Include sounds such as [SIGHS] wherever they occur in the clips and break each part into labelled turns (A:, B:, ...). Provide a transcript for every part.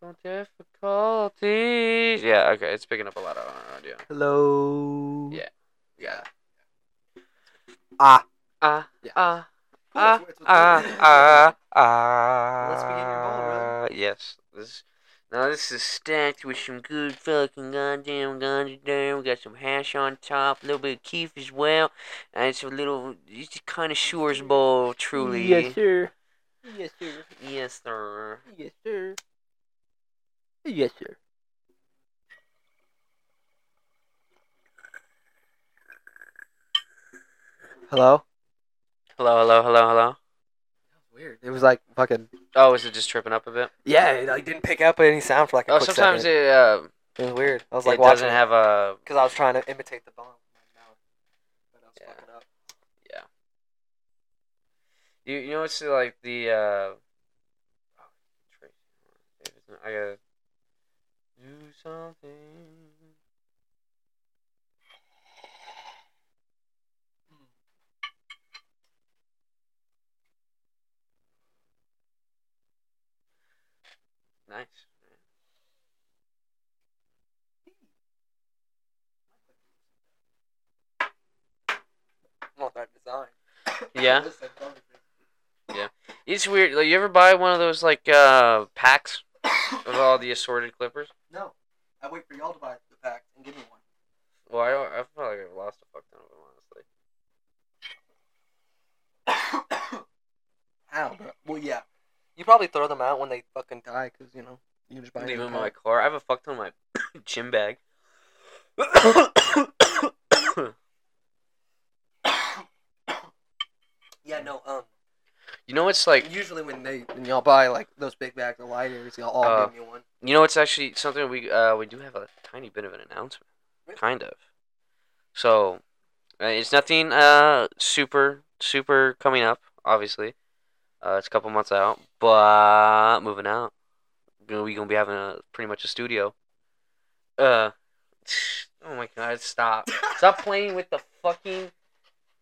A: no difficulties. Yeah, okay, it's picking up a lot of uh, audio.
B: Hello.
A: Yeah. Yeah.
B: Ah.
A: Ah.
B: Yeah.
A: Ah.
B: Cool,
A: Ah.
B: it's- it's-
A: Ah. Ah. Ah.
B: Let's begin your ball,
A: Yes. This. Now this is stacked with some good fucking goddamn goddamn. We got some hash on top, a little bit of keef as well, and it's a little it's a connoisseur's bowl, truly.
B: Yes, sir. Yes, sir.
A: Yes, sir.
B: Yes, sir. Yes, sir. Hello?
A: Hello, hello, hello, hello.
B: Weird. It was like fucking.
A: Oh, is it just tripping up a bit?
B: Yeah, it like didn't pick up any sound for like a
A: Oh,
B: quick
A: sometimes
B: second.
A: it uh,
B: It, was weird. I was
A: it
B: like watching
A: doesn't have a
B: because I was trying to imitate the bomb. But I was
A: Yeah.
B: fucking up.
A: You you know it's like the uh oh, Tracy, if it's not- I gotta do something. Nice.
B: Not that design. [LAUGHS]
A: Yeah. It's weird. Like you ever buy one of those like uh packs of all the assorted clippers?
B: No, I wait for y'all to buy the pack and give me one.
A: Well, I don't, I feel like I've lost a fuck ton of them honestly.
B: [COUGHS] How? But, well, yeah. You probably throw them out when they fucking die, cause you know you just buy
A: Leave
B: them.
A: them in my car. I have a fuck ton in my [COUGHS] gym bag.
B: Yeah, no. Um,
A: you know it's like
B: usually when they when y'all buy like those big bags of lighters, y'all all
A: Uh,
B: give me
A: [COUGHS]
B: one.
A: You know, it's actually something we uh, we do have a tiny bit of an announcement, kind of. So, uh, it's nothing uh super super coming up. Obviously, uh, it's a couple months out, but moving out, we gonna be having a pretty much a studio. Uh, oh my god! [LAUGHS] Stop! Stop playing with the fucking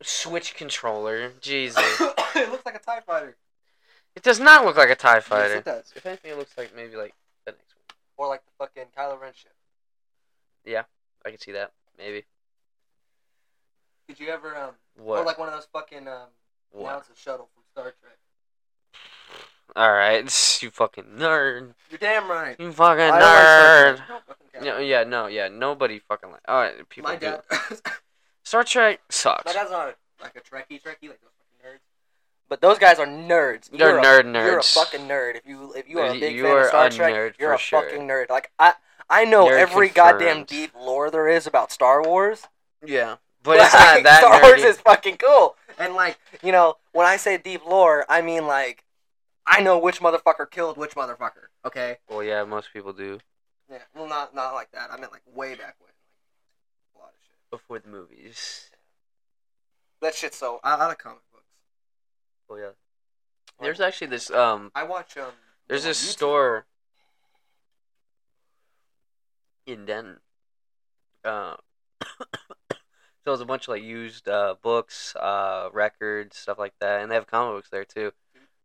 A: switch controller, Jesus!
B: it looks like a Tie Fighter.
A: It does not look like a Tie
B: Yes,
A: Fighter.
B: it does.
A: If anything, it looks like maybe like the next one.
B: Or like the fucking Kylo Ren ship.
A: I can see that maybe.
B: Did you ever um?
A: What?
B: Or like one of those fucking um. Now
A: What?
B: it's a shuttle from Star Trek.
A: All right, [LAUGHS] you fucking nerd.
B: You're damn right.
A: You fucking
B: I
A: nerd.
B: don't like Star Trek. Don't fucking care.
A: no, yeah, no, yeah. Nobody fucking like. All right, people
B: my
A: do.
B: dad. [LAUGHS]
A: Star Trek
B: my
A: sucks.
B: dad's not a, like a Trekkie, Trekkie, like those fucking nerds. But those guys are nerds.
A: They're
B: You're a-
A: nerd nerds.
B: You're a fucking nerd. If you if you are a
A: You-
B: big
A: you
B: fan
A: are
B: of Star
A: a
B: Trek,
A: nerd
B: you're
A: for
B: a
A: sure.
B: fucking nerd. Like I I know
A: Nerd
B: every goddamn
A: confirmed.
B: deep lore there is about Star Wars. [LAUGHS]
A: Yeah, but it's not
B: Like,
A: that
B: Star Wars
A: nerdy.
B: is fucking cool. And like, you know, when I say deep lore, I mean like I know which motherfucker killed which motherfucker. Okay?
A: Well, yeah, most people do
B: Yeah. Well not not like that. I meant like way back when. Like, a lot of shit.
A: before the movies.
B: That shit's so I, I like comic books. Oh,
A: Well, yeah. There's actually this um.
B: I watch um
A: There's
B: them on
A: this
B: YouTube.
A: store in Denton. Uh, [COUGHS] sells a bunch of like used uh, books, uh, records, stuff like that, and they have comic books there too.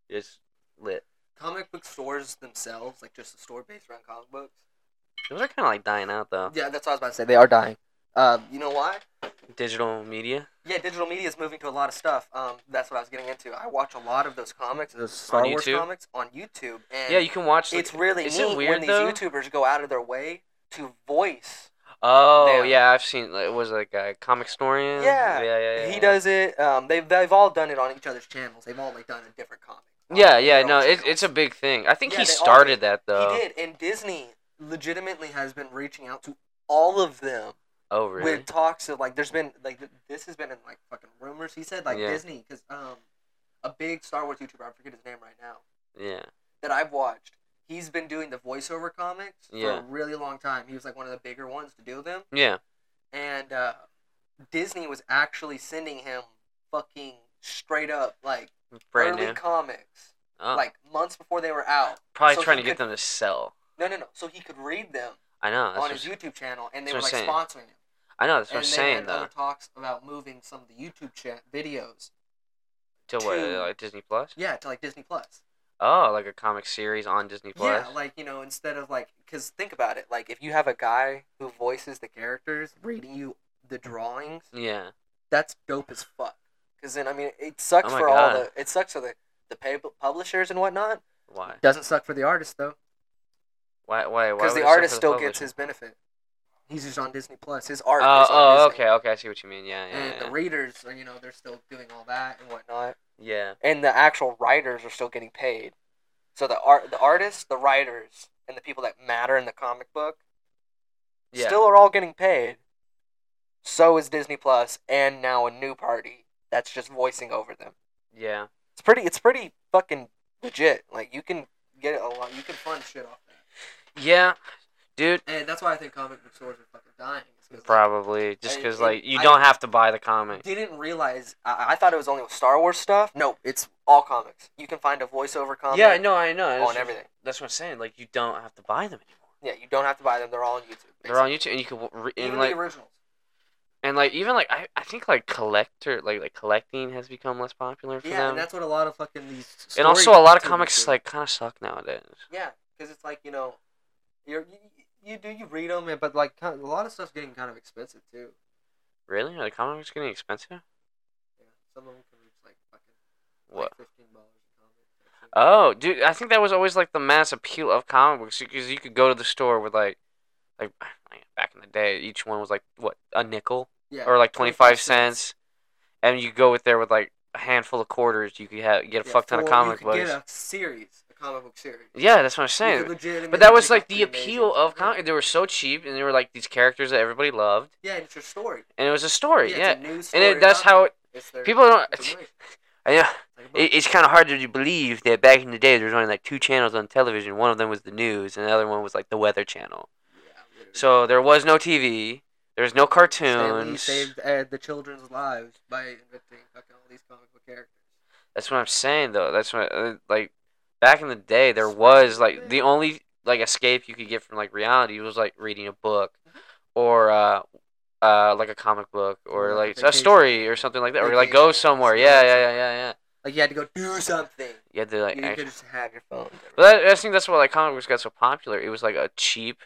A: It's lit.
B: comic book stores themselves, like just a store based around comic books.
A: Those are kind of like dying out though.
B: Yeah, that's what I was about to say. They are dying. Um, you know why?
A: Digital media
B: Yeah, digital media is moving to a lot of stuff. Um, that's what I was getting into. I watch a lot of those comics, those Star Wars
A: YouTube?
B: comics on YouTube, and
A: yeah, you can watch. Like,
B: it's really
A: is
B: neat
A: it weird
B: when these
A: though?
B: YouTubers go out of their way to voice.
A: oh
B: Damn.
A: yeah, I've seen. Like, it was like a comic historian.
B: Yeah,
A: yeah, yeah. yeah,
B: He
A: yeah.
B: does it. Um, they've they've all done it on each other's channels. They've all like done a different comic.
A: Yeah,
B: on
A: yeah.
B: their
A: No,
B: own
A: it,
B: channels.
A: it's a big thing. I think
B: Yeah,
A: he
B: they all
A: started
B: did.
A: that though.
B: He did, and Disney legitimately has been reaching out to all of them
A: Oh really?
B: with talks of like there's been like th- this has been in like fucking rumors. He said like
A: Yeah.
B: Disney because um a big Star Wars YouTuber I forget his name right now
A: yeah.
B: that I've watched. He's been doing the voiceover comics
A: Yeah.
B: for a really long time. He was like one of the bigger ones to do them,
A: Yeah.
B: and uh, Disney was actually sending him fucking straight up like
A: Brand
B: early
A: new.
B: comics
A: Oh.
B: like months before they were out.
A: Probably
B: So
A: trying
B: he
A: to get
B: could-
A: them to sell.
B: No, no, no. So he could read them
A: I know. That's
B: on
A: what
B: his
A: I'm-
B: YouTube channel, and they were
A: that's
B: like
A: what I'm
B: sponsoring him.
A: I know. That's what I'm
B: and they
A: saying
B: had
A: though.
B: other talks about moving some of the YouTube chat videos.
A: To what?
B: two-
A: Like Disney Plus?
B: Yeah, to like Disney Plus.
A: Oh, like a comic series on Disney Plus.
B: Yeah, like you know, instead of like, because think about it, like if you have a guy who voices the characters reading you the drawings,
A: yeah.
B: that's dope as fuck. Because then, I mean, it sucks
A: Oh my
B: for all
A: God.
B: the it sucks for the the pay- publishers and whatnot.
A: Why?
B: Doesn't suck for the artist though,
A: Why? Why? Why?
B: because
A: would it
B: the
A: suck for
B: artist still gets
A: publisher?
B: his benefit. He's just on Disney Plus. His art.
A: Oh,
B: is on
A: oh,
B: Disney.
A: okay, okay. I see what you mean. Yeah, yeah.
B: And the
A: yeah.
B: readers, are, you know, they're still doing all that and whatnot,
A: yeah.
B: and the actual writers are still getting paid. So the art, the artists, the writers, and the people that matter in the comic book
A: Yeah.
B: still are all getting paid. So is Disney Plus, and now a new party that's just voicing over them.
A: Yeah.
B: It's pretty. It's pretty fucking legit. Like you can get a lot. You can fund shit off that,
A: Yeah. Dude,
B: and that's why I think comic book stores are fucking dying. is 'cause, like,
A: probably just
B: I-
A: because
B: it-
A: like you
B: I-
A: don't have to buy the comic.
B: Didn't realize. I, I thought it was only with Star Wars stuff. No, it's all comics. You can find a voiceover comic.
A: yeah, no, I know. That's
B: on
A: just-
B: everything.
A: That's what I'm saying. Like you don't have to buy them anymore.
B: Yeah, you don't have to buy them. They're all on YouTube.
A: They're on YouTube, and you can w- re-
B: basically.
A: and
B: Even
A: like
B: the originals.
A: and like even like I, I think like collector like like collecting has become less popular for
B: Yeah,
A: them.
B: and that's what a lot of fucking these.
A: and also a lot of
B: story YouTubers
A: comics
B: do.
A: like kind of suck nowadays.
B: Yeah, because it's like you know, you're, you you do you read them, but like kind of- a lot of stuff's getting kind of expensive too.
A: Really? Are the comics getting expensive?
B: Yeah, some of them can reach like fucking
A: What?
B: like fifteen dollars a comic.
A: Oh, dude, I think that was always like the mass appeal of comic books because you could go to the store with like, like [SIGHS] back in the day, each one was like what a nickel
B: yeah,
A: or like twenty five
B: 25
A: cents, and you go with there with like a handful of quarters, you could have get a fuck ton of comic
B: you could
A: books.
B: Get a series, a comic book series.
A: Yeah, that's what I'm
B: You
A: saying.
B: could legitimately
A: But that was
B: pick
A: like
B: up
A: the appeal
B: amazing-
A: of comic. They were so cheap, and they were like these characters that everybody loved,
B: Yeah, and it's your story.
A: and it was a story.
B: it's
A: Yeah,
B: a news
A: and
B: story
A: it, that's
B: about
A: how it,
B: it. It's their
A: people don't. [LAUGHS]
B: information.
A: I know.
B: It's like a book.
A: It, it's kind of hard to believe that back in the day there was only like two channels on television. One of them was the news, and the other one was like the weather channel.
B: Yeah, literally.
A: So there was no TV. There was no
B: Stan Lee
A: cartoons.
B: saved uh, the children's lives by inventing fucking all these comic book characters.
A: That's what I'm saying though. That's what uh, like back in the day there was like the only like escape you could get from like reality was like reading a book or uh uh like a comic book or
B: Or, like, a
A: like a
B: vacation.
A: story or something like that or like
B: Vacation
A: go
B: or
A: somewhere.
B: something.
A: Yeah, yeah, yeah, yeah, yeah.
B: Like you had to go do something.
A: You had to like
B: you
A: act-
B: could just have your phone.
A: But that, I think that's why like comic books got so popular. It was like a cheap,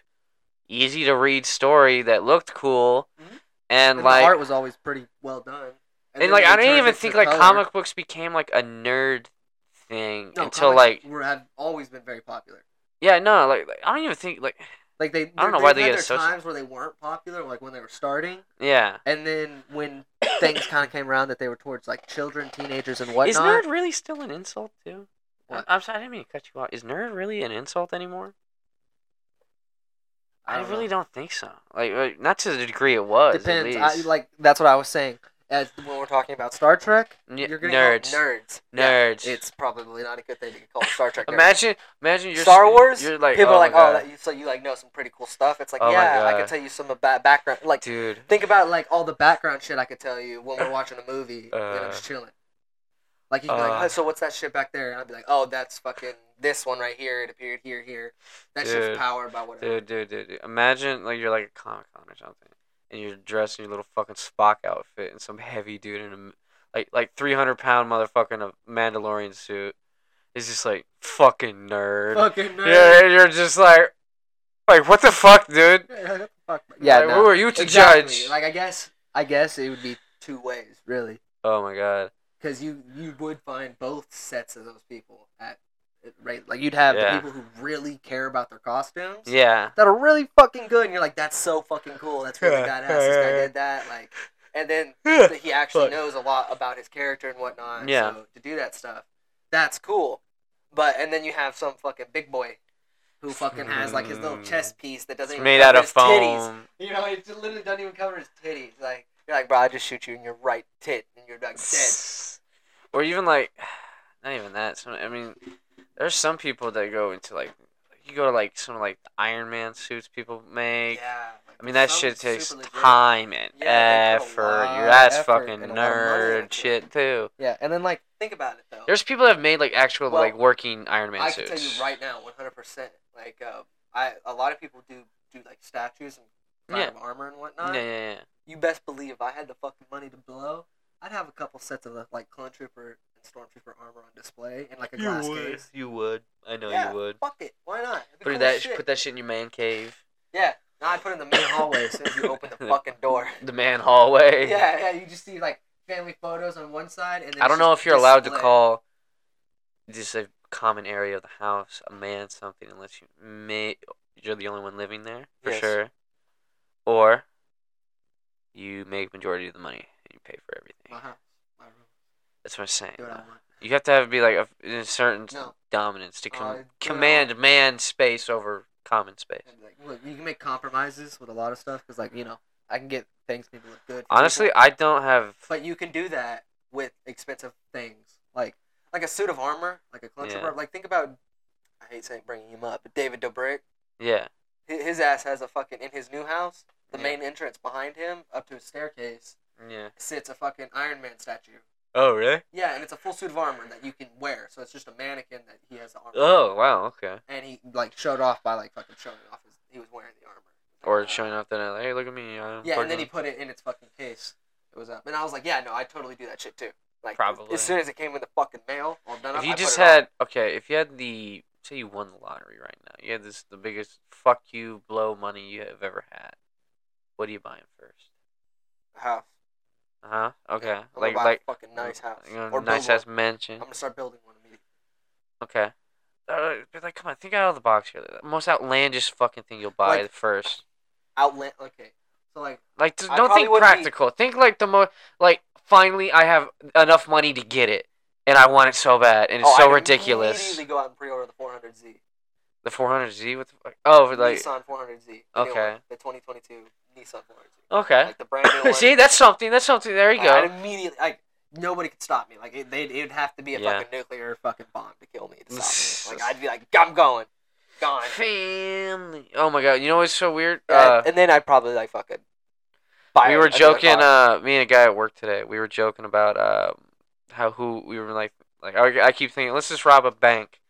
A: easy to read story that looked cool,
B: Mhm.
A: and,
B: And
A: like
B: the art was always pretty well done.
A: and,
B: then
A: like
B: they
A: I didn't
B: turned
A: even
B: it
A: think
B: to
A: like
B: color.
A: comic books became like a nerd thing
B: No,
A: until
B: comics
A: like
B: were have always been very popular.
A: yeah no like, like I don't even think like
B: Like they,
A: I don't know why they
B: had
A: get
B: their
A: associated-
B: times where they weren't popular, like when they were starting,
A: yeah
B: and then
A: [COUGHS]
B: when things kind of came around that they were towards like children, teenagers, and
A: is
B: whatnot.
A: nerd really still an insult too? I,
B: What?
A: I'm sorry, I didn't mean to cut you off. Is nerd really an insult anymore? I,
B: don't
A: really
B: know.
A: don't think so. Like, like, not to the degree it was. at
B: Depends. I,
A: least.
B: like that's what I was saying. As when we're talking about Star Trek,
A: N-
B: you're gonna call
A: nerds,
B: nerds. Yeah,
A: nerds.
B: it's probably not a good thing to call Star Trek. nerds.
A: Imagine, imagine you're
B: Star Wars.
A: You're like
B: people
A: oh
B: are like,
A: my God.
B: oh, that, you, so you like know some pretty cool stuff. It's like,
A: Oh my
B: yeah, I
A: God.
B: could tell you some about background. Like,
A: dude.
B: think about like all the background shit I could tell you when we're watching
A: [LAUGHS]
B: a movie and I'm
A: Uh.
B: just chilling. Like you would be like,
A: Uh.
B: "Huh, so what's that shit back there? And I'd be like, oh, that's fucking this one right here. It appeared here, here. That
A: Dude.
B: shit's powered by whatever.
A: dude, dude, dude, dude. Imagine like you're like a comic con or something, and you're dressed in your little fucking Spock outfit, and some heavy dude in a m- like like three hundred pound motherfucker in a Mandalorian suit is just like fucking nerd.
B: Fucking nerd.
A: Yeah, and you're just like, like what the fuck, dude?
B: Yeah, [LAUGHS] what the fuck? Yeah,
A: Like,
B: no.
A: who are you to
B: exactly.
A: judge?
B: Like I guess, I guess it would be two ways really,
A: oh my god.
B: because you you would find both sets of those people at at right. Like you'd have
A: Yeah.
B: the people who really care about their costumes. [LAUGHS]
A: Yeah.
B: that are really fucking good, and you're like, that's so fucking cool. That's really
A: Yeah.
B: badass. This guy did that, like,
A: [LAUGHS]
B: and then that he actually
A: Fuck.
B: knows a lot about his character and whatnot.
A: Yeah.
B: so to do that stuff, that's cool. But and then you have some fucking big boy who fucking has like his little
A: Mm.
B: chest piece that doesn't
A: It's
B: even
A: made out
B: cover
A: of
B: his
A: foam.
B: titties. You know, it literally doesn't even cover his titties. Like you're like, bro, I just shoot you in your right tit, and you're like dead.
A: Or even like, [SIGHS] not even that. Some, I mean, there's some people that go into like, you go to like some like Iron Man suits people make.
B: Yeah. like,
A: I mean that
B: some
A: shit takes
B: super legit-
A: time and
B: Yeah, they put a
A: effort.
B: lot
A: You that's
B: of effort
A: fucking
B: and a lot of money
A: nerd
B: into it.
A: shit too.
B: Yeah, and then like think about it though.
A: There's people that have made like actual
B: Well,
A: like working Iron Man
B: I
A: suits.
B: can tell you right now, one hundred percent. Like, uh, I a lot of people do do like statues and kind
A: Yeah.
B: of armor and
A: Yeah,
B: whatnot.
A: yeah, yeah.
B: You best believe, if I had the fucking money to blow, I'd have a couple sets of the, like clone trooper and stormtrooper armor on display in like a
A: You
B: glass
A: would.
B: case.
A: You would. I know
B: yeah,
A: you would.
B: Fuck it. Why not? It'd be
A: Put
B: cool
A: that.
B: as shit.
A: Put that shit in your man cave.
B: Yeah. No, I put it in the main hallway as
A: [LAUGHS]
B: soon as you open the fucking door.
A: The man hallway.
B: Yeah, yeah. You just see like family photos on one side, and then
A: I
B: it's
A: don't know
B: just
A: if you're allowed to
B: display.
A: call just a common area of the house a man something unless you may you're the only one living there for
B: Yes.
A: sure, or you make majority of the money and you pay for everything.
B: My house, my room,
A: That's what I'm saying.
B: do what I
A: though.
B: want.
A: You have to have be like a, a certain
B: No.
A: dominance to com-
B: Uh, do what I
A: command man space over common space.
B: And, like, look, you can make compromises with a lot of stuff because, like, you know, I can get things to look good. for
A: Honestly,
B: people,
A: I don't have.
B: but you can do that with expensive things, like like a suit of armor, like a clutch
A: Yeah.
B: of armor. Like, think about. I hate saying bringing him up, but David Dobrik,
A: Yeah,
B: hi- his ass has a fucking in his new house. The
A: Yeah.
B: main entrance behind him, up to a staircase,
A: yeah.
B: sits a fucking Iron Man statue.
A: Oh really?
B: Yeah, and it's a full suit of armor that you can wear. So it's just a mannequin that he has the armor.
A: Oh wow. Okay.
B: And he like showed off by like fucking showing off his he was wearing the armor.
A: Or showing off that hey, look at me. I'm
B: Yeah, and then he
A: fucking-
B: put it in its fucking case. It was up, and I was like, yeah, no, I totally do that shit too. Like
A: Probably.
B: as soon as it came in the fucking mail, all done up.
A: If you
B: I put
A: just
B: it on.
A: had okay, if you had the say you won the lottery right now, you had this the biggest fuck you blow money you have ever had. What are you buying first?
B: a house,
A: Uh huh. Okay.
B: I'm
A: Like
B: gonna buy
A: like
B: a fucking nice house
A: you know,
B: or
A: nice
B: build
A: ass mansion.
B: one. I'm gonna start building one immediately.
A: Okay. Uh, but like, come on, think out of the box here. The most outlandish fucking thing you'll buy
B: Like-
A: first.
B: Outlet, okay. So like,
A: Like, just
B: I
A: don't
B: probably
A: think
B: wouldn't be-
A: practical. Think like the most like finally I have enough money to get it, and I want it so bad, and it's
B: oh, I
A: so
B: could
A: ridiculous.
B: Immediately go out and pre-order the 400Z.
A: The 400Z with the, oh like
B: Nissan 400Z. the new
A: Okay.
B: one, The 2022 Nissan 400Z.
A: okay.
B: Like the brand
A: [LAUGHS]
B: new one.
A: See, that's something. That's something. There you
B: Like, I'd
A: go.
B: immediately like nobody could stop me. Like it, they'd, it'd have to be a
A: Yeah.
B: fucking nuclear fucking bomb to kill me to stop
A: [LAUGHS]
B: me. Like I'd be like, I'm going, gone.
A: Family. Oh my god. You know what's so weird?
B: and,
A: Uh,
B: and then I'd probably like fucking. Buy
A: we were
B: another
A: joking.
B: car.
A: Uh, me and a guy at work today. We were joking about um, how who we were like like I, I keep thinking let's just rob a bank,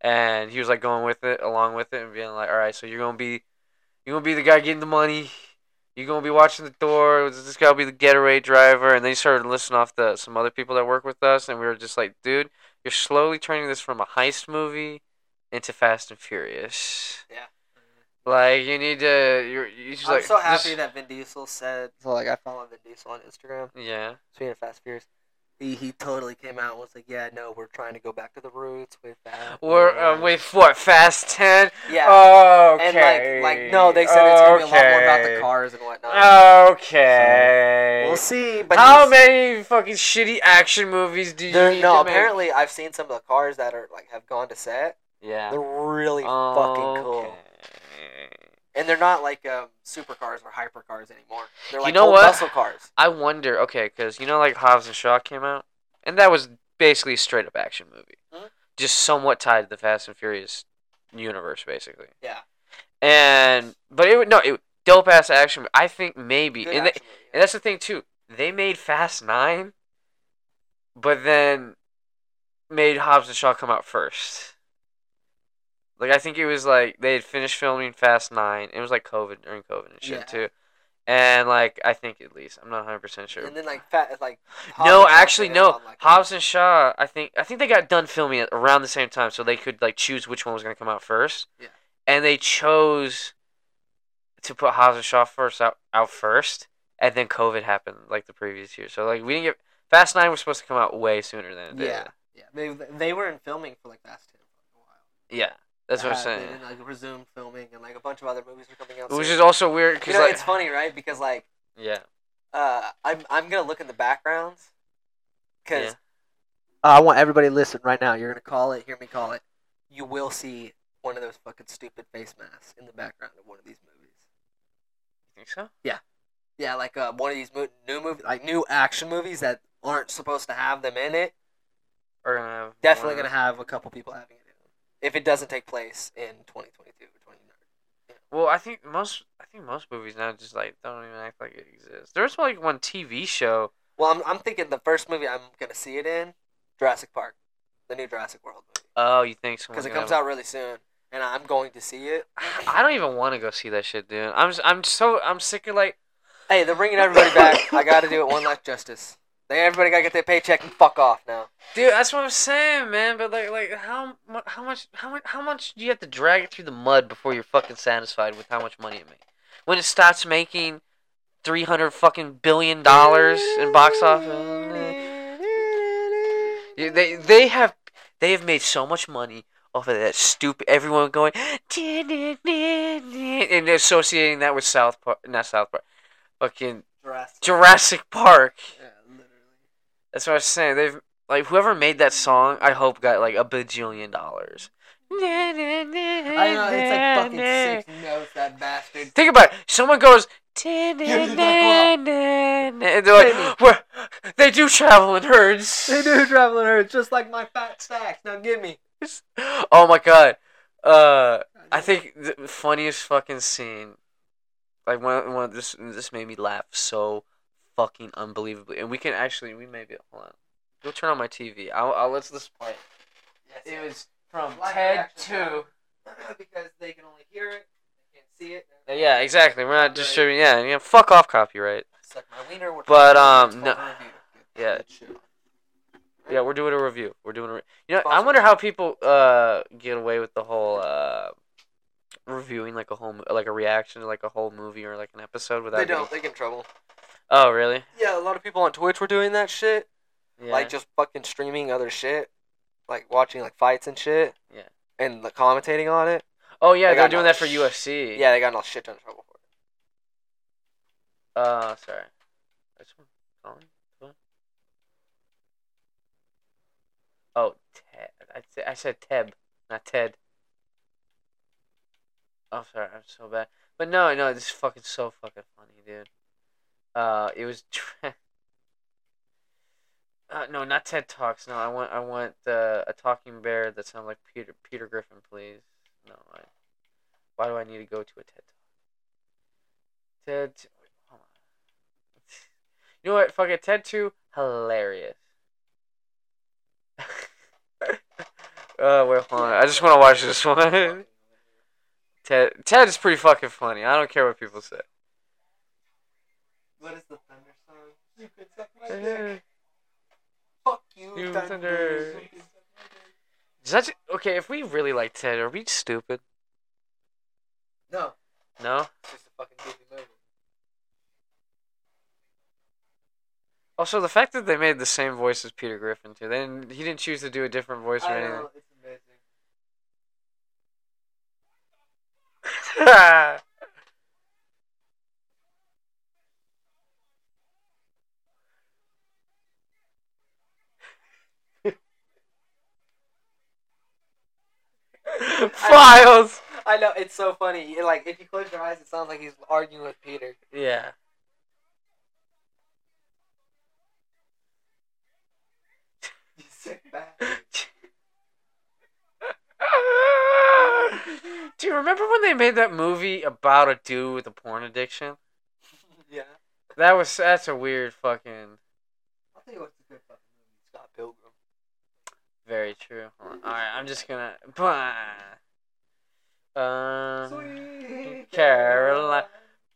A: and he was like going with it along with it and being like, all right, so you're gonna be you're gonna be the guy getting the money. You're gonna be watching the door. This guy will be the getaway driver, and they started listing off the some other people that work with us, and we were just like, dude, you're slowly turning this from a heist movie into Fast and Furious.
B: Yeah.
A: Like you need to. You're. you just
B: I'm
A: like,
B: so happy
A: just-
B: that Vin Diesel said. So like I follow Vin Diesel on Instagram.
A: yeah.
B: Speaking of Fast Furious. He, he totally came out and was like, yeah, no, we're trying to go back to the roots with that.
A: We're
B: yeah.
A: uh, oh, wait for Fast Ten.
B: Yeah.
A: Okay.
B: And like, like no, they said it's gonna be a lot more about the
A: Okay.
B: cars and whatnot.
A: Okay.
B: we'll see. But
A: How
B: he's-
A: many fucking shitty action movies do you
B: They're-
A: need
B: no,
A: to make?
B: apparently I've seen some of the cars that are like have gone to set.
A: Yeah.
B: They're really fucking cool,
A: Okay.
B: and they're not like um, supercars or hypercars anymore. They're
A: You
B: like
A: know
B: old
A: what?
B: muscle cars.
A: I wonder, okay, because you know, like Hobbs and Shaw came out, and that was basically a straight up action movie,
B: Mhm.
A: just somewhat tied to the Fast and Furious universe, basically.
B: Yeah.
A: And but it would no, it dope ass action. I think maybe,
B: Good
A: and, they,
B: action movie,
A: and that's the thing too. They made Fast Nine, but then made Hobbs and Shaw come out first. Like I think it was like they had finished filming Fast Nine. It was like COVID during COVID and shit
B: Yeah.
A: too. And like I think at least I'm not 100 percent sure.
B: yeah. And then like fat, like Hobbs
A: No,
B: and Shaw
A: actually,
B: came out
A: no.
B: on, like,
A: Hobbs and Shaw. I think I think they got done filming it around the same time, so they could like choose which one was gonna come out first.
B: Yeah.
A: And they chose to put Hobbs and Shaw first out, out first, and then COVID happened like the previous year. So like we didn't get Fast Nine was supposed to come out way sooner than it did.
B: yeah, yeah. They they were in filming for like Fast Ten for a while.
A: Yeah. That's what I'm
B: Uh,
A: saying.
B: They did like resume filming, and like a bunch of other movies are coming out.
A: Which
B: soon.
A: is also weird because
B: you know
A: like
B: it's funny, right? Because like
A: yeah
B: uh, I'm I'm gonna look in the backgrounds because
A: Yeah.
B: Uh, I want everybody to listen right now. You're gonna call it. Hear me call it. You will see one of those fucking stupid face masks in the background of one of these movies.
A: you think so
B: Yeah, like uh, one of these mo- new movie, like new action movies that aren't supposed to have them in it.
A: we're gonna have
B: Definitely
A: one-
B: gonna have a couple people having it in them if it doesn't take place in 2022 or 2019.
A: Well, I think most I think most movies now just like don't even act like it exists. There was like one TV show.
B: Well, I'm I'm thinking the first movie I'm gonna see it in Jurassic Park, the new Jurassic World movie,
A: Oh, you think someone's
B: because it
A: gonna
B: comes
A: have a-
B: out really soon, and I'm going to see it. [SIGHS]
A: [SIGHS] I don't even want to go see that shit, dude. I'm s- I'm so I'm sick of like [LAUGHS]
B: Hey, they're bringing everybody back. I got to do it one last justice. They everybody gotta get their paycheck and fuck off now.
A: Dude, that's what I'm saying, man. But like, like how mu- how much how much how much do you have to drag it through the mud before you're fucking satisfied with how much money it makes? When it starts making three hundred fucking billion dollars in box office, Yeah, they they have they have made so much money off of that stupid everyone going and associating that with South Park, not South Park, fucking
B: Jurassic.
A: Jurassic Park.
B: yeah, literally.
A: That's what I was saying. They've like whoever made that song, I hope got like a bajillion dollars.
B: I know it's like fucking six notes
A: [LAUGHS]
B: that bastard.
A: Think about it. Someone goes.
B: me that
A: And they're like, "Well, they do travel in herds.
B: They do traveling hurts just like my fat stacks. Now give me.
A: Oh my god. Uh, I think the funniest fucking scene, like one, one this this made me laugh so fucking unbelievably, and we can actually we may be hold on, go turn on my TV. I'll, I'll let's this play. It was from
B: Live
A: Ted
B: reaction.
A: Two.
B: because they can only hear it, they can't see it.
A: Yeah, exactly. We're not
B: Copyright.
A: distributing. Yeah, yeah. Fuck off, copyright.
B: Suck my wiener. We're
A: But,
B: trying
A: um,
B: to do it. It's
A: no-
B: called a review.
A: Yeah.
B: Good shit.
A: Yeah, we're doing a review. We're doing a. Re- you know, I
B: Awesome.
A: wonder how people uh get away with the whole uh reviewing like a whole mo- like a reaction to like a whole movie or like an episode without.
B: They
A: getting-
B: don't. They get in trouble.
A: Oh really?
B: Yeah, a lot of people on Twitch were doing that shit.
A: Yeah.
B: like just fucking streaming other shit, like watching like fights and shit.
A: Yeah.
B: And like, commentating on it.
A: oh yeah,
B: they
A: they're
B: got
A: doing
B: no-
A: that for UFC.
B: Yeah, they got in all shit ton of trouble for it.
A: Uh, sorry. This one? Colin? This one? Oh, Ted. I, th- I said Teb, not Ted. Oh, sorry. I'm so bad. But no, no, this is fucking so fucking funny, dude. Uh, it was. [LAUGHS] Tra- uh, no, not TED Talks. No, I want I want uh, a talking bear that sounds like Peter Peter Griffin, please. No, I, why do I need to go to a TED Talk? TED. Hold on. You know what? Fuck it. TED 2, hilarious. [LAUGHS] uh, wait, hold on. I just want to watch this one. [LAUGHS] Ted, Ted is pretty fucking funny. I don't care what people say.
B: What is the thunder [LAUGHS] song? You can suck my dick.
A: Is
B: Fuck you,
A: You
B: thunder.
A: thunder.
B: You can suck my dick.
A: that okay? If we really like Ted, are we stupid?
B: No,
A: No.
B: it's just a fucking goofy movie.
A: Also, the fact that they made the same voice as Peter Griffin too. They didn't, he didn't choose to do a different voice or
B: I
A: anything.
B: know, it's amazing.
A: [LAUGHS] Files.
B: I know it's so funny. It, like if you close your eyes, it sounds like he's arguing with [LAUGHS] Peter.
A: Yeah.
B: You sick [LAUGHS] back.
A: Do you remember when they made that movie about a dude with a porn addiction?
B: yeah.
A: That was that's a weird fucking.
B: I'll tell you what's a good fucking movie. Scott Pilgrim.
A: Very true. All right, I'm just gonna. Bah. Um.
B: Sweet
A: Caroline.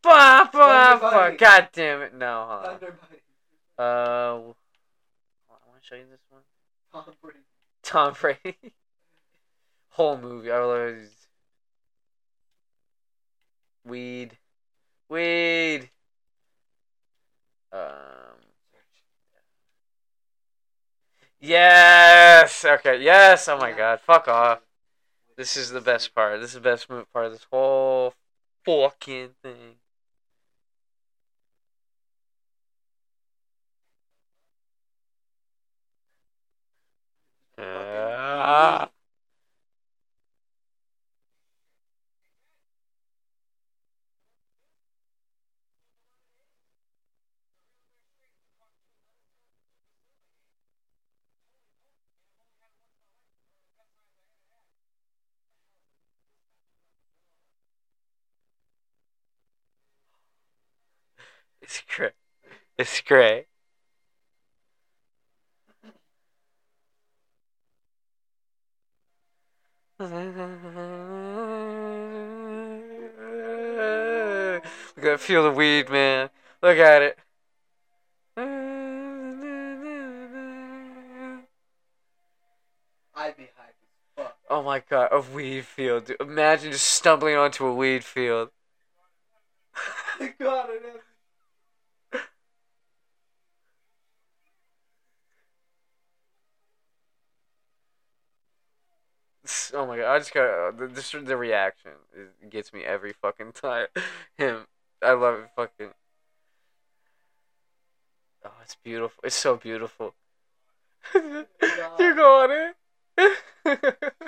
A: Bah, bah, bah.
B: Buddy.
A: God damn it! No. Hold on.
B: Thunder Buddy.
A: Uh. I want to show you this one. [LAUGHS]
B: Tom
A: Tom
B: Brady.
A: Brady. Whole movie. I was weed, weed. Um. Yes. Okay. Yes. Oh my God. Fuck off. This is the best part. This is the best mo- part of this whole fucking thing. Ah. It's great. It's great. Look at that, feel the weed, man. Look at it.
B: [LAUGHS]
A: Oh my god, a weed field. Dude. Imagine just stumbling onto a weed field. god, I know. S- [LAUGHS] Oh my god, I just got uh, the, this, the reaction is, gets me every fucking [LAUGHS] time. Him, I love it. Fucking, oh, it's beautiful. It's so beautiful. [LAUGHS] You're going it. [LAUGHS]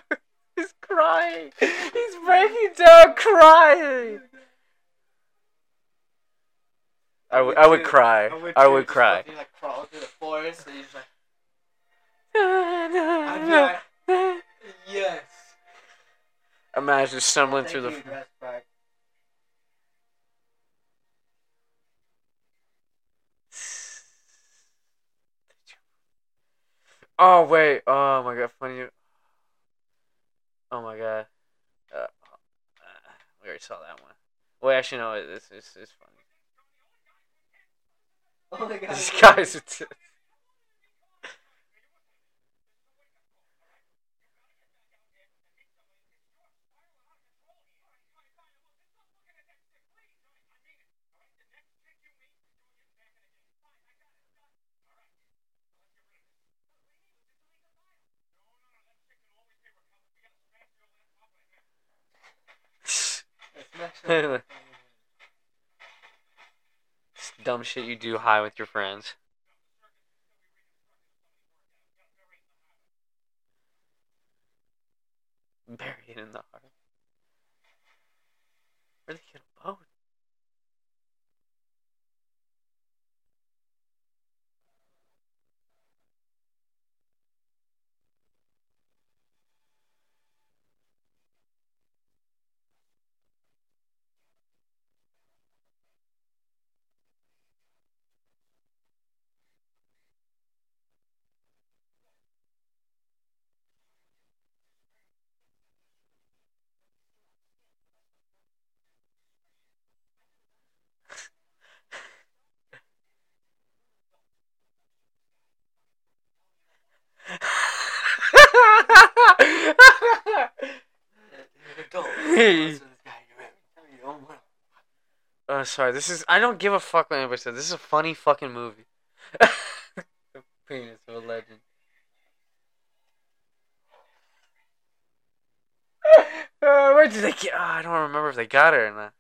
A: He's crying. He's breaking down, crying. I would, I would cry. I would cry.
B: You like crawling through the forest, and you're just like,
A: [LAUGHS] I'd
B: yes.
A: be- Imagine stumbling through the. Oh wait! Oh my god! Funny. Oh my god! Uh, uh, we already saw that one. Wait, actually no. it- It's it's, it's funny.
B: Oh my god.
A: These guys. Are t- It's dumb shit you do high with your friends. Bury it in the heart. Where'd they get a boat?
B: Don't
A: Hey.
B: listen to this guy. You're right. Tell you don't want
A: [LAUGHS] Oh, sorry. This is. I don't give a fuck what anybody said. This is a funny fucking movie. [LAUGHS] the penis of a legend. [LAUGHS] Uh, where did they get? Oh, I don't remember if they got her or not.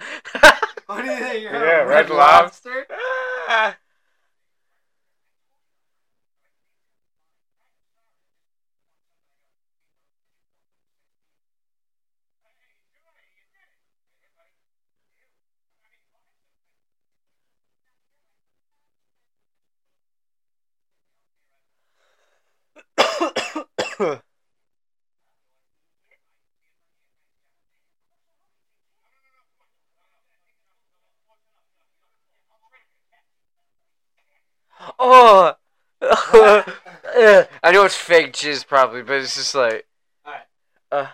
B: it. What do you think? You're
A: Yeah,
B: a
A: Red
B: red
A: Lob-
B: lobster?
A: [LAUGHS] oh. [LAUGHS] Uh, I know it's fake jizz probably, but it's just like.
B: Alright.
A: Uh,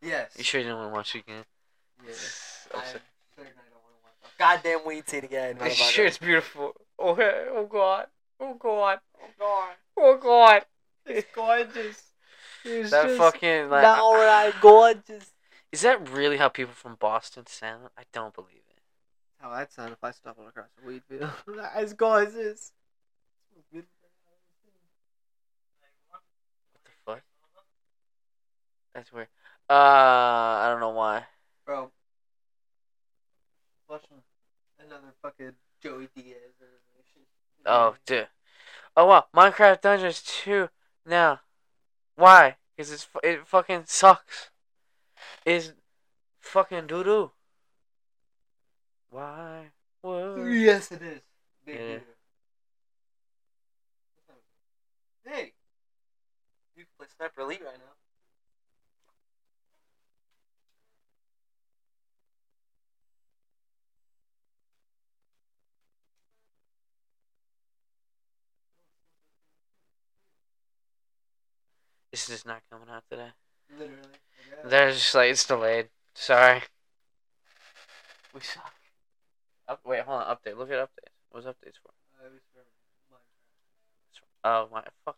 B: Yes.
A: you sure you don't want to watch it again?
B: Yeah. I'm
A: Upset.
B: certain I don't want to watch that. Goddamn weed seed again.
A: This
B: motherfucker.
A: shit's beautiful. Oh, hey, oh god. Oh god.
B: Oh god.
A: Oh god.
B: It's gorgeous. It's
A: that
B: just
A: fucking like.
B: not alright, gorgeous.
A: Is that really how people from Boston sound? I don't believe it.
B: How I'd sound if I stumbled across a weed [LAUGHS] field. it's gorgeous.
A: What the fuck? That's weird. Uh, I don't know why.
B: Bro. Watching another fucking Joey Diaz or something.
A: Oh, dude. Oh wow, Minecraft Dungeons 2 now. Why? Cause it's fu- it fucking sucks. It's fucking doo doo. Why? would-
B: Yes, it is. Big
A: Yeah.
B: deal. Hey, you can play Sniper Elite right now.
A: It's just not coming out today.
B: Literally. I guess.
A: They're just like it's delayed. Sorry. We suck. Up, wait, hold on. Update. Look at update. What's updates for?
B: Uh, it was for Minecraft.
A: Oh my fuck.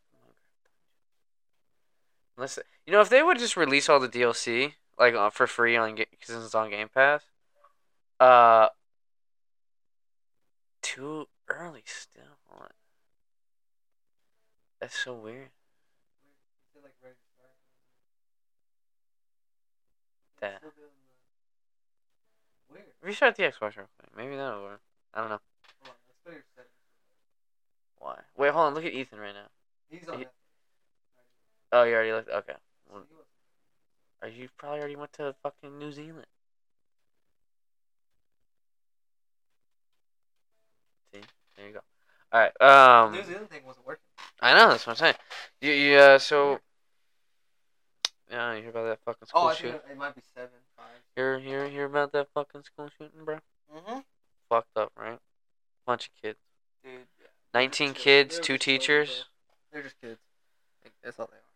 A: Unless you know, if they would just release all the DLC like uh, for free on because it's on Game Pass, uh, too early still. Hold on. That's so weird.
B: Is it like ready to start?
A: That-
B: Still doing the- Where?
A: Restart the Xbox real quick. Maybe that'll work. I don't know
B: Hold on, let's go to your settings.
A: why. Wait, hold on. Look at Ethan right now.
B: He's on
A: He-
B: that.
A: Oh, you already looked. Okay.
B: So he was-
A: Or you probably already went to fucking New Zealand. See, there you go. All right. Um,
B: New Zealand thing wasn't working.
A: I know that's what I'm saying. You, you uh, so yeah, you hear about that fucking school
B: Oh, I think
A: shooting?
B: it, it might be seven, five.
A: Hear, hear, hear about that fucking school shooting, bro?
B: Mm-hmm.
A: Fucked up, right? Bunch of kids,
B: Dude, yeah.
A: nineteen
B: Just
A: kids,
B: they're
A: two
B: just little
A: teachers.
B: people. They're just kids. Like, That's all they are.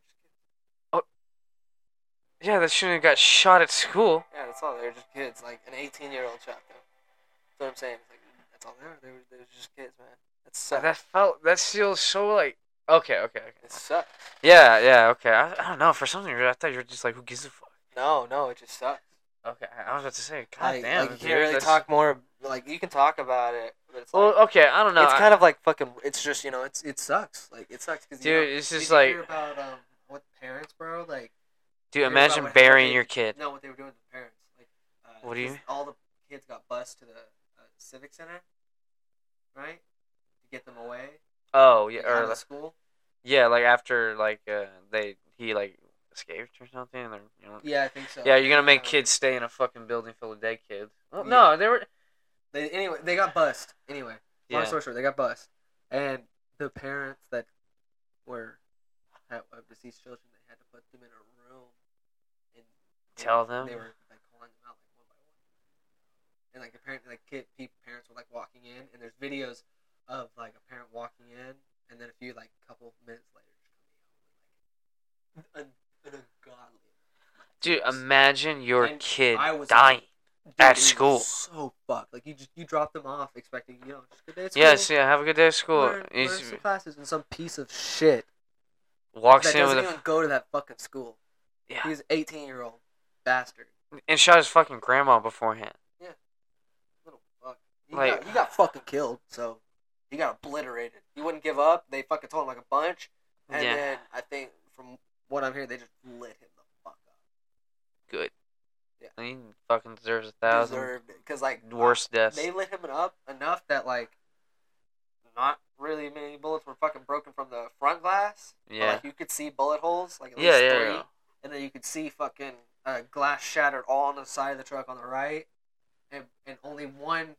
B: They're just kids.
A: Yeah, that shouldn't have got shot at school.
B: Yeah, that's all. They're just kids. Like an 18 year old shot them. That's what I'm saying. It's like, that's all they are. They were, they were just kids, man. That sucks.
A: That felt that feels so like okay, okay, okay.
B: it sucks.
A: Yeah, yeah, okay. I, I don't know. For some reason, I thought you were just like, who gives a fuck?
B: No, no, it just sucks.
A: Okay, I- I was about to say, god
B: Like,
A: damn.
B: like, you
A: dude,
B: can't really
A: that's-
B: talk more. Like you can talk about it, but it's like
A: Well, okay, I don't know.
B: it's
A: I-
B: kind of like fucking. It's just you know, it's it sucks. Like it sucks because
A: dude, it's just like,
B: hear about um what parents, bro. Like
A: dude,
B: about
A: imagine
B: what
A: burying
B: happened.
A: your kid.
B: no, what they were doing to the parents. Like uh,
A: What do you-
B: just All the kids got bused to the uh, civic center, right? To get them away.
A: Oh yeah,
B: like, out
A: or
B: of
A: like-
B: school.
A: yeah, like after like uh, they he like escaped or something. Or, you know,
B: Yeah, I think so.
A: yeah, you're gonna make
B: Um,
A: kids stay in a fucking building full of dead kids. Well,
B: Yeah.
A: no, they were.
B: They, anyway, they got bust. Anyway, long
A: Yeah,
B: story short, they got bust, and the parents that were had, of deceased children, they had to put them in a room and
A: Tell them?
B: they were like calling them out like one by one, and like apparently like kid pe parents were like walking in, and there's videos of like a parent walking in, and then a few like couple minutes later, just coming out with, like an, an ungodly.
A: dude,
B: Yes.
A: imagine your
B: And
A: kid
B: I was-
A: dying.
B: Dude,
A: At
B: it was
A: school.
B: So fucked. Like you just you drop them off expecting you know just a good day at school.
A: Yes, yeah. Have a good day at school.
B: Learn,
A: He's-
B: learn some classes and some piece of shit
A: walks
B: that
A: in with
B: doesn't
A: a
B: even
A: f-
B: go to that fucking school.
A: yeah,
B: He's eighteen year old bastard.
A: and shot his fucking grandma beforehand.
B: Little fuck. He,
A: Like-
B: got, he got fucking killed. So he got obliterated. He wouldn't give up. They fucking told him like a bunch, and
A: yeah,
B: then I think from what I'm hearing, they just lit him the fuck up.
A: good.
B: Yeah.
A: He fucking deserves a thousand
B: Deserved because like
A: worst deaths.
B: they lit him up enough that like not really many bullets were fucking broken from the front glass. but,
A: Yeah.
B: like you could see bullet holes, like at
A: Yeah,
B: least
A: yeah,
B: three,
A: yeah.
B: and then you could see fucking uh, glass shattered all on the side of the truck on the right, and and only one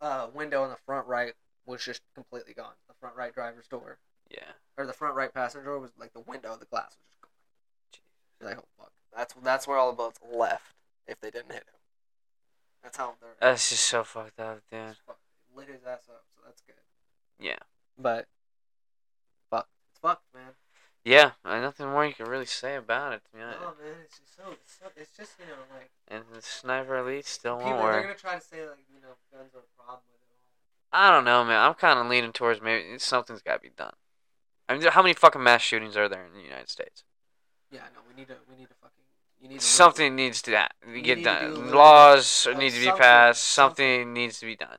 B: uh, window on the front right was just completely gone. The front right driver's door
A: yeah.
B: or the front right passenger door was like the window of the glass was just gone. You're like, oh fuck, that's that's where all the bullets left if they didn't hit him. That's how they're.
A: That's just so fucked up, dude.
B: Just fuck- lit his ass up, so that's good.
A: Yeah.
B: But fuck, it's fucked, man.
A: Yeah, uh, nothing more you can really say about it. To be honest.
B: No, man, it's just so it's, so, it's just you know like
A: And the sniper elite still
B: people
A: won't
B: they're
A: work.
B: gonna try to say like you know guns are a problem with it. all.
A: I don't know, man. I'm kind of leaning towards maybe something's got to be done. I mean, how many fucking mass shootings are there in the United States?
B: Yeah, no, we need to we need to fucking you need to
A: Something needs to ha-
B: You
A: get
B: need to do a
A: done.
B: little
A: Laws
B: of
A: need to be
B: something,
A: passed.
B: something.
A: Something needs to be done.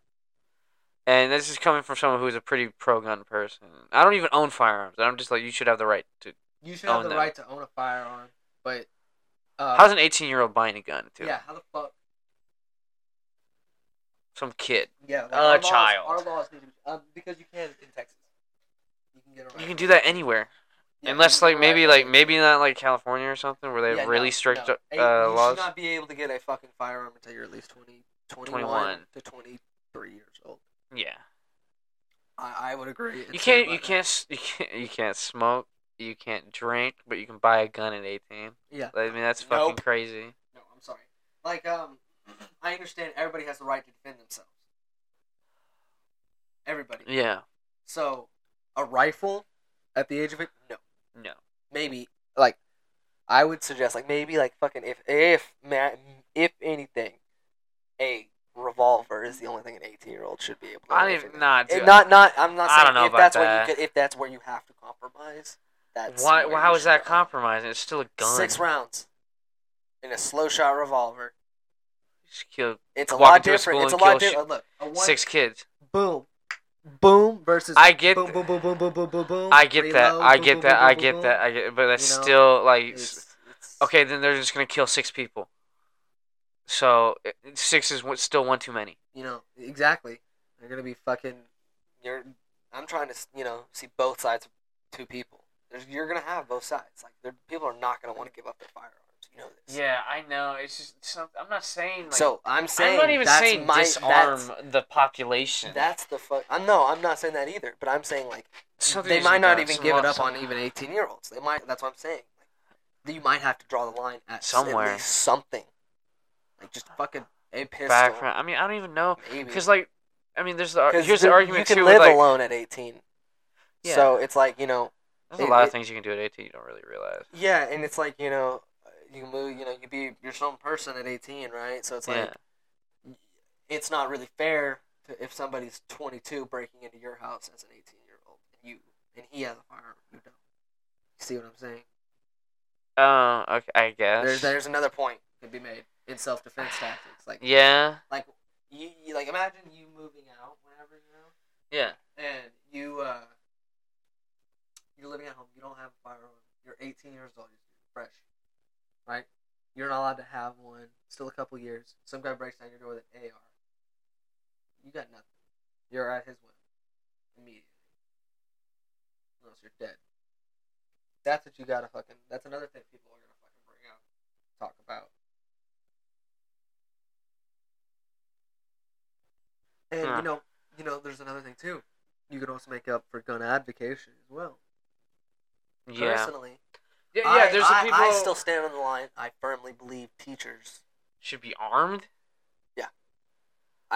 A: And this is coming from someone who's a pretty pro gun person. I don't even own firearms. I'm just like, you should have the right to.
B: You should have
A: own
B: the
A: that.
B: right to own a firearm, but uh,
A: How's an 18 year old buying a gun, too?
B: yeah? How the fuck?
A: Some kid.
B: Yeah, like
A: A
B: our laws-
A: child.
B: Our laws need to be um, because you can in Texas. You can get a right.
A: You can do that anywhere.
B: Yeah,
A: Unless,
B: you
A: like,
B: can get a
A: maybe,
B: right-
A: like, maybe not, like, California or something where they have
B: Yeah,
A: really
B: no,
A: strict
B: no.
A: uh,
B: Eight- You
A: laws.
B: should not be able to get a fucking firearm until you're at least 20, 21,
A: 21.
B: to 23 years old.
A: Yeah.
B: I, I would agree.
A: You can't. You can't. [LAUGHS] s- You can't. You can't smoke. You can't drink. But you can buy a gun at eighteen.
B: Yeah.
A: I mean, that's fucking
B: Nope.
A: crazy.
B: No, I'm sorry. Like, um, [CLEARS THROAT] I understand everybody has the right to defend themselves. Everybody.
A: Yeah.
B: So, a rifle at the age of it? No.
A: No.
B: Maybe, like, I would suggest like maybe like fucking if if man if anything, a revolver is the only thing an eighteen year old should be able to.
A: I
B: do
A: don't
B: if
A: even
B: it-
A: not
B: it-
A: do
B: not not I'm not
A: I
B: saying
A: don't know
B: if
A: about
B: that's
A: that.
B: where you could, if that's where you have to compromise. That's
A: Why?
B: where
A: Well, how
B: you
A: is that
B: should go.
A: compromising? It's still a gun.
B: Six rounds in a slow shot revolver.
A: Just kill
B: It's a
A: Walk
B: lot
A: into a school
B: different. It's a
A: and
B: lot
A: kill
B: different. Look,
C: A one,
A: six kids.
C: boom, boom versus
A: I get.
C: boom, boom, boom, boom, boom, boom, boom, boom.
A: I get that.
C: reload,
A: I
C: boom,
A: get
C: boom,
A: that.
C: boom,
A: I
C: boom,
A: get
C: boom,
A: that. I get. But that's
C: You know,
A: still like. s-
B: it's, it's,
A: Okay, then they're just gonna kill six people. So i- six is one- still one too many.
C: boom. You know exactly. They're gonna be fucking.
B: You're. I'm trying to s- you know see both sides of two people. There's, you're gonna have both sides. Like there- people are not gonna want to give up their firearms. You know this.
A: Yeah, I know. It's just something. I'm not saying
B: so I'm saying that's
A: saying
B: my,
A: disarm
B: That's,
A: the population.
B: that's the fuck. I'm no, I'm not saying that either. But I'm saying like
A: Something
B: they
A: needs to be
B: might not
A: done.
B: even
A: Some
B: give it
A: law-
B: up on
A: some-
B: even 18 year olds. They might. That's what I'm saying. Like, you might have to draw the line at s- at
A: Somewhere.
B: least something. Like just fucking a pistol.
A: background. I mean, I don't even know
B: Maybe.
A: because like, I mean, there's the ar-
B: 'Cause
A: here's the
B: you-
A: argument
B: You can
A: too. with,
B: live
A: like,
B: alone at 18.
A: Yeah.
B: So it's like you know.
A: there's a
B: it-
A: lot
B: it-
A: of things you can do at 18 you don't really realize.
B: Yeah, and it's like you know, you can move. You know, you be your own person at 18, right? So it's like
A: yeah,
B: it's not really fair to, if somebody's 22 breaking into your house as an 18 year old and you and he has a firearm you don't
C: See what I'm saying?
A: uh, okay, I guess.
B: there's there's another point
C: Could be made in self defense tactics. Like
A: Yeah,
B: like you, you like imagine you moving out whenever you know
A: yeah.
B: and
C: you, uh, you're living at home. You don't have a firearm. You're 18 years old. You're fresh, right? You're not allowed to have one. Still a couple years. Some guy breaks down your door with an AR. You got nothing. You're at his whim immediately. Unless you're dead. That's what you gotta fucking. That's another thing people are gonna fucking bring up, talk about. And
A: Huh.
C: you know, you know, there's another thing too. You can also make up for gun advocation as well.
A: Yeah.
B: personally
A: Yeah,
B: I,
A: yeah, there's
B: I,
A: the people
B: I still stand on the line i firmly believe teachers
A: should be armed.
B: i,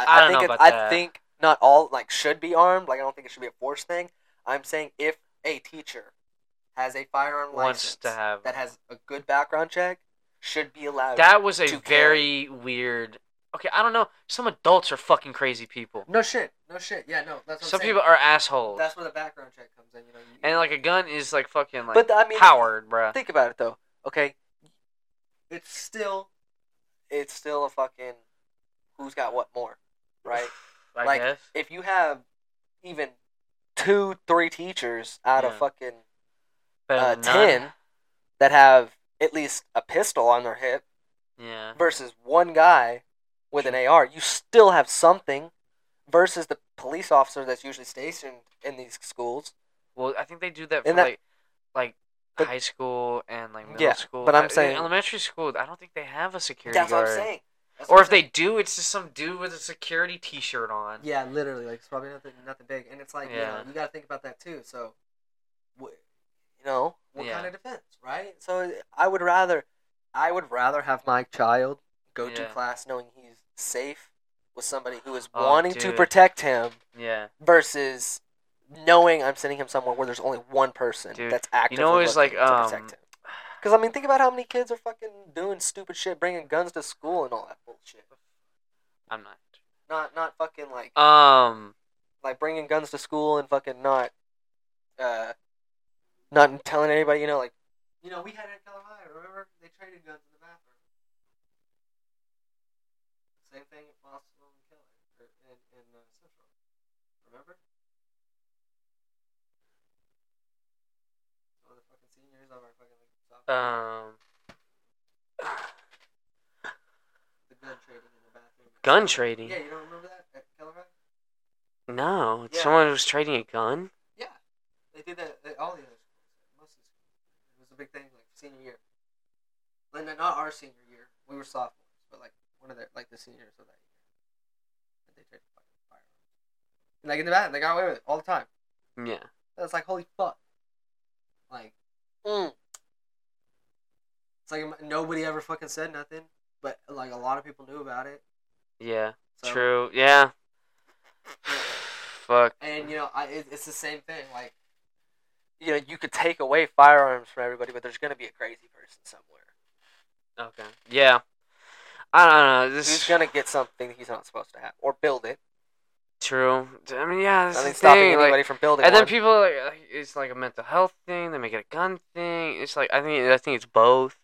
A: I don't
B: think
A: know
B: it's-
A: about
B: i
A: that.
B: think not all like should be armed like i don't think it should be a force thing i'm saying if a teacher has a firearm
A: Wants
B: license
A: to have-
B: that has a good background check should be allowed
A: That was a
B: to
A: very weird. Okay, I don't know. Some adults are fucking crazy people.
C: No shit. No shit. Yeah, no. That's what
A: Some
C: I'm saying.
A: people are assholes,
C: That's where the background check comes in. You know. You,
A: and like a gun is like fucking like
B: but I mean
A: powered, bruh.
B: think about it though okay
C: it's still
B: it's still a fucking who's got what more, right?
A: [SIGHS] I
B: like,
A: guess.
B: if you have even two, three teachers out of
A: Yeah.
B: fucking
A: Better
B: uh,
A: than none.
B: ten that have at least a pistol on their hip
A: Yeah.
B: versus one guy with an AR, you still have something versus the police officer that's usually stationed in these schools.
A: Well, I think they do that for
B: And that-
A: like, like
B: but-
A: high school and like middle
B: Yeah,
A: school.
B: but I'm
A: Uh, in
B: saying-
A: elementary school. I don't think they have a security
B: that's
A: guard.
B: what I'm saying. That's what
A: Or
B: I'm
A: if
B: saying.
A: they do, it's just some dude with a security T-shirt on.
C: Yeah, literally, like it's probably nothing, nothing big, and it's like
A: Yeah.
C: you know, you gotta think about that too. So,
B: Wh- you know,
C: what
A: Yeah.
C: kind of defense, right?
B: so I would rather, I would rather have my child go to
A: Yeah.
B: class knowing he's safe with somebody who is
A: Oh,
B: wanting to
A: dude.
B: protect him
A: Yeah.
B: versus knowing I'm sending him somewhere where there's only one person
A: Dude,
B: that's actively
A: it was
B: looking
A: like,
B: to protect
A: um,
B: him. Because I mean, think about how many kids are fucking doing stupid shit, bringing guns to school and all that bullshit.
A: I'm not.
B: Not not fucking like
A: Um.
B: like bringing guns to school and fucking not, uh, not telling anybody. You know, like
C: You know, we had it at Kelly High. Remember, they traded guns in the bathroom. Same thing at Fosterville and Keller, or in, in uh, Central. Remember? One of the fucking seniors of our fucking like, sophomore,
A: Um.
C: the gun trading in the bathroom.
A: Gun trading.
C: Yeah, you don't remember that at Keller High?
A: No,
C: Yeah.
A: someone was trading a gun.
C: Yeah, they did that at all the other schools. Most of the schools. It was a big thing, like senior year. Like, no, not our senior year. We were sophomores, but like one of their like the seniors of that year. And they tried to fucking fire. And, like in the bathroom, they got away with it all the time.
A: Yeah.
C: That's like holy fuck. Like
B: mm,
C: it's like nobody ever fucking said nothing, but like a lot of people knew about it.
A: Yeah.
C: So,
A: True. Yeah. [SIGHS] Fuck.
C: And you know, I it, it's the same thing. Like
D: you know you could take away firearms from everybody, but there's going to be a crazy person somewhere
A: Okay. Yeah. I don't know. This
D: who's
A: is
D: going to get something he's not supposed to have or build it.
A: true. I mean, yeah. This
D: Nothing
A: is the
D: stopping
A: thing.
D: anybody
A: Like,
D: from building.
A: and then
D: one.
A: people like, like, it's like a mental health thing. They make it a gun thing. It's like I think I think it's both,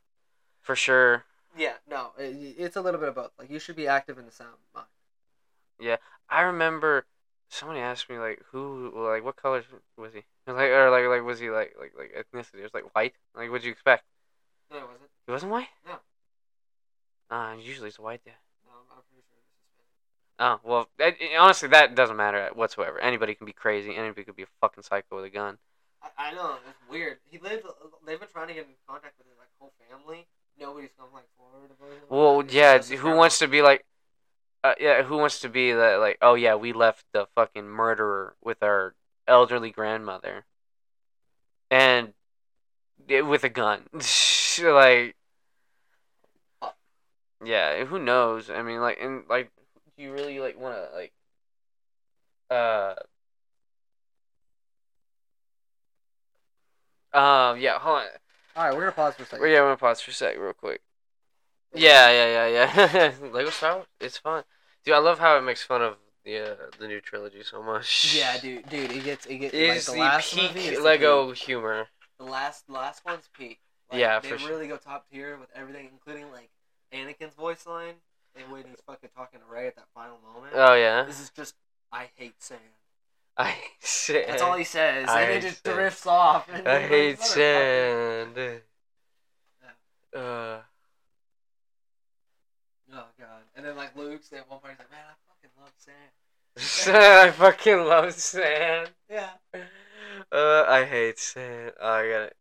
A: for sure.
B: Yeah, no, i- i- it's a little bit of both. Like you should be active in the sound mind.
A: I remember somebody asked me like who like what color was he? I was like or like like was he like like like ethnicity? It was like white. Like what'd you expect?
B: No, was it?
A: He wasn't white.
B: No.
A: Uh, usually it's a white dad.
B: No, I'm pretty sure this is.
A: Oh well, that, honestly, that doesn't matter whatsoever. Anybody can be crazy. Anybody could be a fucking psycho with a gun.
B: I, I know it's weird. He lived. They've been trying to get in contact with his like whole family. Nobody's come like forward about it.
A: Well,
B: It's
A: yeah.
B: just
A: d-
B: a
A: Who
B: family.
A: wants to be like? Uh, yeah, who wants to be that? Like, oh yeah, we left the fucking murderer with our elderly grandmother, and it, with a gun. [LAUGHS] like,
B: Fuck.
A: yeah. Who knows? I mean, like, and like, do you really like want to like, uh. Uh, yeah, hold on.
B: All right, we're gonna pause for a second.
A: Yeah, I'm gonna pause for a sec, real quick. Yeah, yeah, yeah, yeah. [LAUGHS] Lego Star Wars, it's fun, dude. I love how it makes fun of the uh, the new trilogy so much.
B: Yeah,
A: [LAUGHS]
B: dude, dude, it gets it gets
A: it
B: like,
A: is
B: the,
A: the,
B: last
A: peak
B: movie is the
A: Lego humor.
B: peak. The last last one's peak. Like,
A: Yeah,
B: they
A: for sure.
B: really go top tier with everything, including like Anakin's voice line and when he's fucking talking to Ray at that final moment.
A: Oh yeah, [LAUGHS]
B: this is just I hate sand.
A: I sand.
B: That's all he says,
A: eh, I
B: and
A: hate
B: it just
A: sand.
B: drifts off. and
A: I
B: you're [LAUGHS] like,
A: hate
B: "Motherfucker."
A: sand. Uh, [LAUGHS]
B: Oh god! And then like Luke's at one point, he's like, "Man, I fucking love sand."
A: I fucking love sand.
B: Yeah.
A: Uh, I hate sand. Oh, I got it.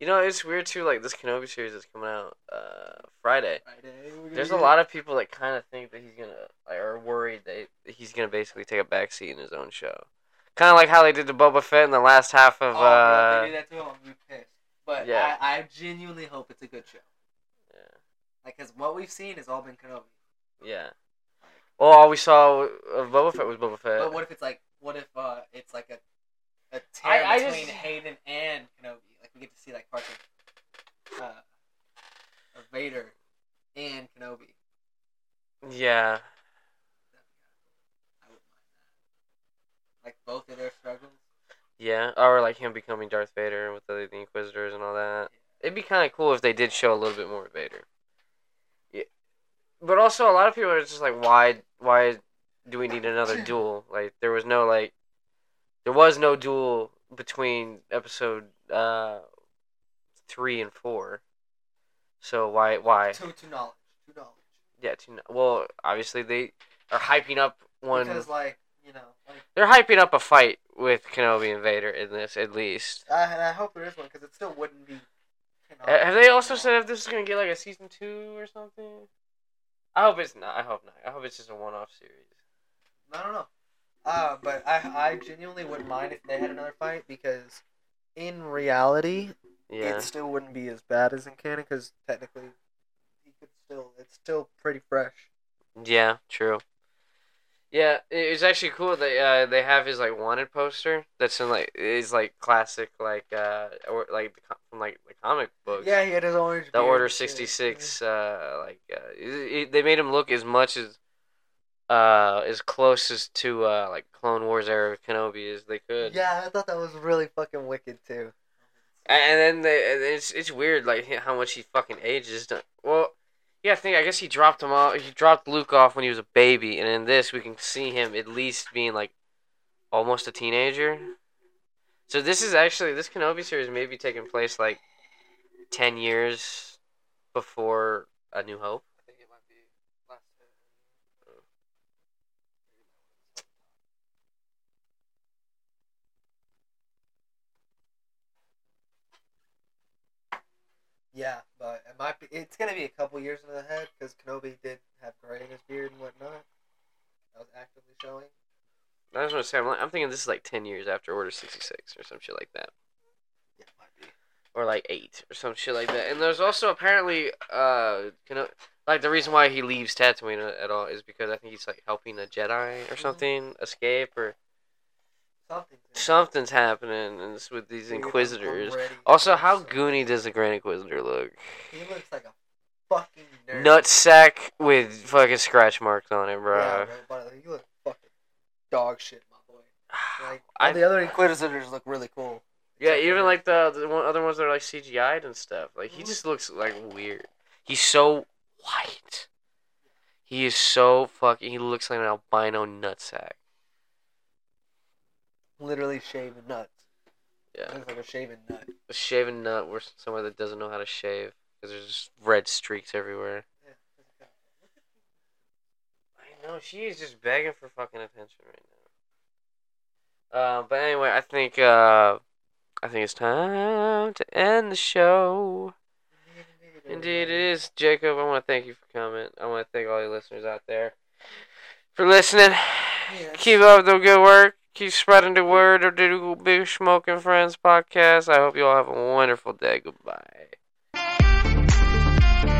A: You know, it's weird too. Like this Kenobi series is coming out uh Friday.
B: Friday. eh? we're gonna
A: There's
B: do
A: a
B: it.
A: lot of people that kind of think that he's gonna like, are worried that he's gonna basically take a backseat in his own show, kind of like how they did to Boba Fett in the last half of.
B: Oh,
A: uh,
B: bro, if they do that too. I'll be pissed. But
A: Yeah.
B: I, I genuinely hope it's a good show.
A: Yeah.
B: Like, cause what we've seen has all been Kenobi.
A: yeah. Well, all we saw of Boba Fett was Boba Fett.
B: But what if it's like, what if uh, it's like a, a tear
A: I- I
B: between
A: just-
B: Hayden and Kenobi? Like we get to see like parts of, uh, of Vader, and Kenobi.
A: yeah,
B: I wouldn't mind that. Like both of their struggles.
A: yeah, or like him becoming Darth Vader with the, the Inquisitors and all that. It'd be kind of cool if they did show a little bit more of Vader. Yeah. But also, a lot of people are just like, why? Why do we need another duel? Like, there was no like, there was no duel between episode uh three and four. So why? Why?
B: To to knowledge, to knowledge.
A: Yeah. Two, well, obviously they are hyping up one.
B: Because like you know, like
A: They're hyping up a fight with Kenobi and Vader in this, at least.
B: I, and I hope there is one because it still wouldn't be.
A: Uh, Have they also said if this is gonna get like a season two or something? I hope it's not. I hope not. I hope it's just a one-off series.
B: I don't know. Uh, but I, I genuinely wouldn't mind if they had another fight because in reality,
A: Yeah.
B: it still wouldn't be as bad as in canon because technically, he could still it's still pretty fresh.
A: Yeah. True. Yeah, it- it's actually cool that uh, they have his like wanted poster. That's in like is like classic like uh or like the co- from like the comic books.
B: Yeah, he had his orange.
A: The
B: beard
A: Order
B: and shit.
A: sixty six. Uh, like uh, it, it, they made him look as much as uh as close as to uh like Clone Wars era Kenobi as they could.
B: Yeah, I thought that was really fucking wicked too.
A: A- And then they, and it's it's weird like h- how much he fucking ages. Don't- Well, yeah, I think I guess he dropped him off. He dropped Luke off when he was a baby, and in this we can see him at least being like almost a teenager. So this is actually this Kenobi series may be taking place like ten years before A New Hope.
D: I think it might be last year.
B: Yeah, but it might be. It's gonna be a couple years in the head because Kenobi did have gray in his beard and whatnot. That was actively showing.
A: I just want to say I'm, like, I'm thinking this is like ten years after Order sixty six or some shit like that.
B: Yeah, it might be.
A: or like eight or some shit like that. And there's also apparently uh Keno- like the reason why he leaves
B: Mm-hmm.
A: Tatooine a- at all is because I think he's like helping a Jedi or something escape or
B: Something's in it.
A: Something's happening and it's with these
B: Dude, I'm
A: inquisitors.
B: ready
A: Also,
B: for
A: how
B: some-
A: goony does the Grand Inquisitor look?
B: He looks like a fucking nerd.
A: Nutsack with fucking scratch marks on it, bro. [SIGHS]
B: Yeah, bro, but you look fucking dog shit, my boy. Like all
A: I-
B: the other Inquisitors look really cool.
A: Yeah,
B: Except
A: even
B: for-
A: like the, the one, other ones that are like CGI'd and stuff. Like he
B: Mhm.
A: just looks like weird. He's so white. He is so fucking. He looks like an albino nutsack.
B: literally shaven nuts.
A: Yeah,
B: Looks like a shaven nut.
A: a shaven nut or somewhere that doesn't know how to shave because there's just red streaks everywhere. [LAUGHS] I know she is just begging for fucking attention right now. Uh, but anyway, I think uh, I think it's time to end the show. Indeed, it is, Jacob. I want to thank you for coming. I want to thank all your listeners out there for listening.
B: Yes.
A: Keep up the good work. Keep spreading the word of the Big Smoking Friends podcast. I hope you all have a wonderful day. Goodbye.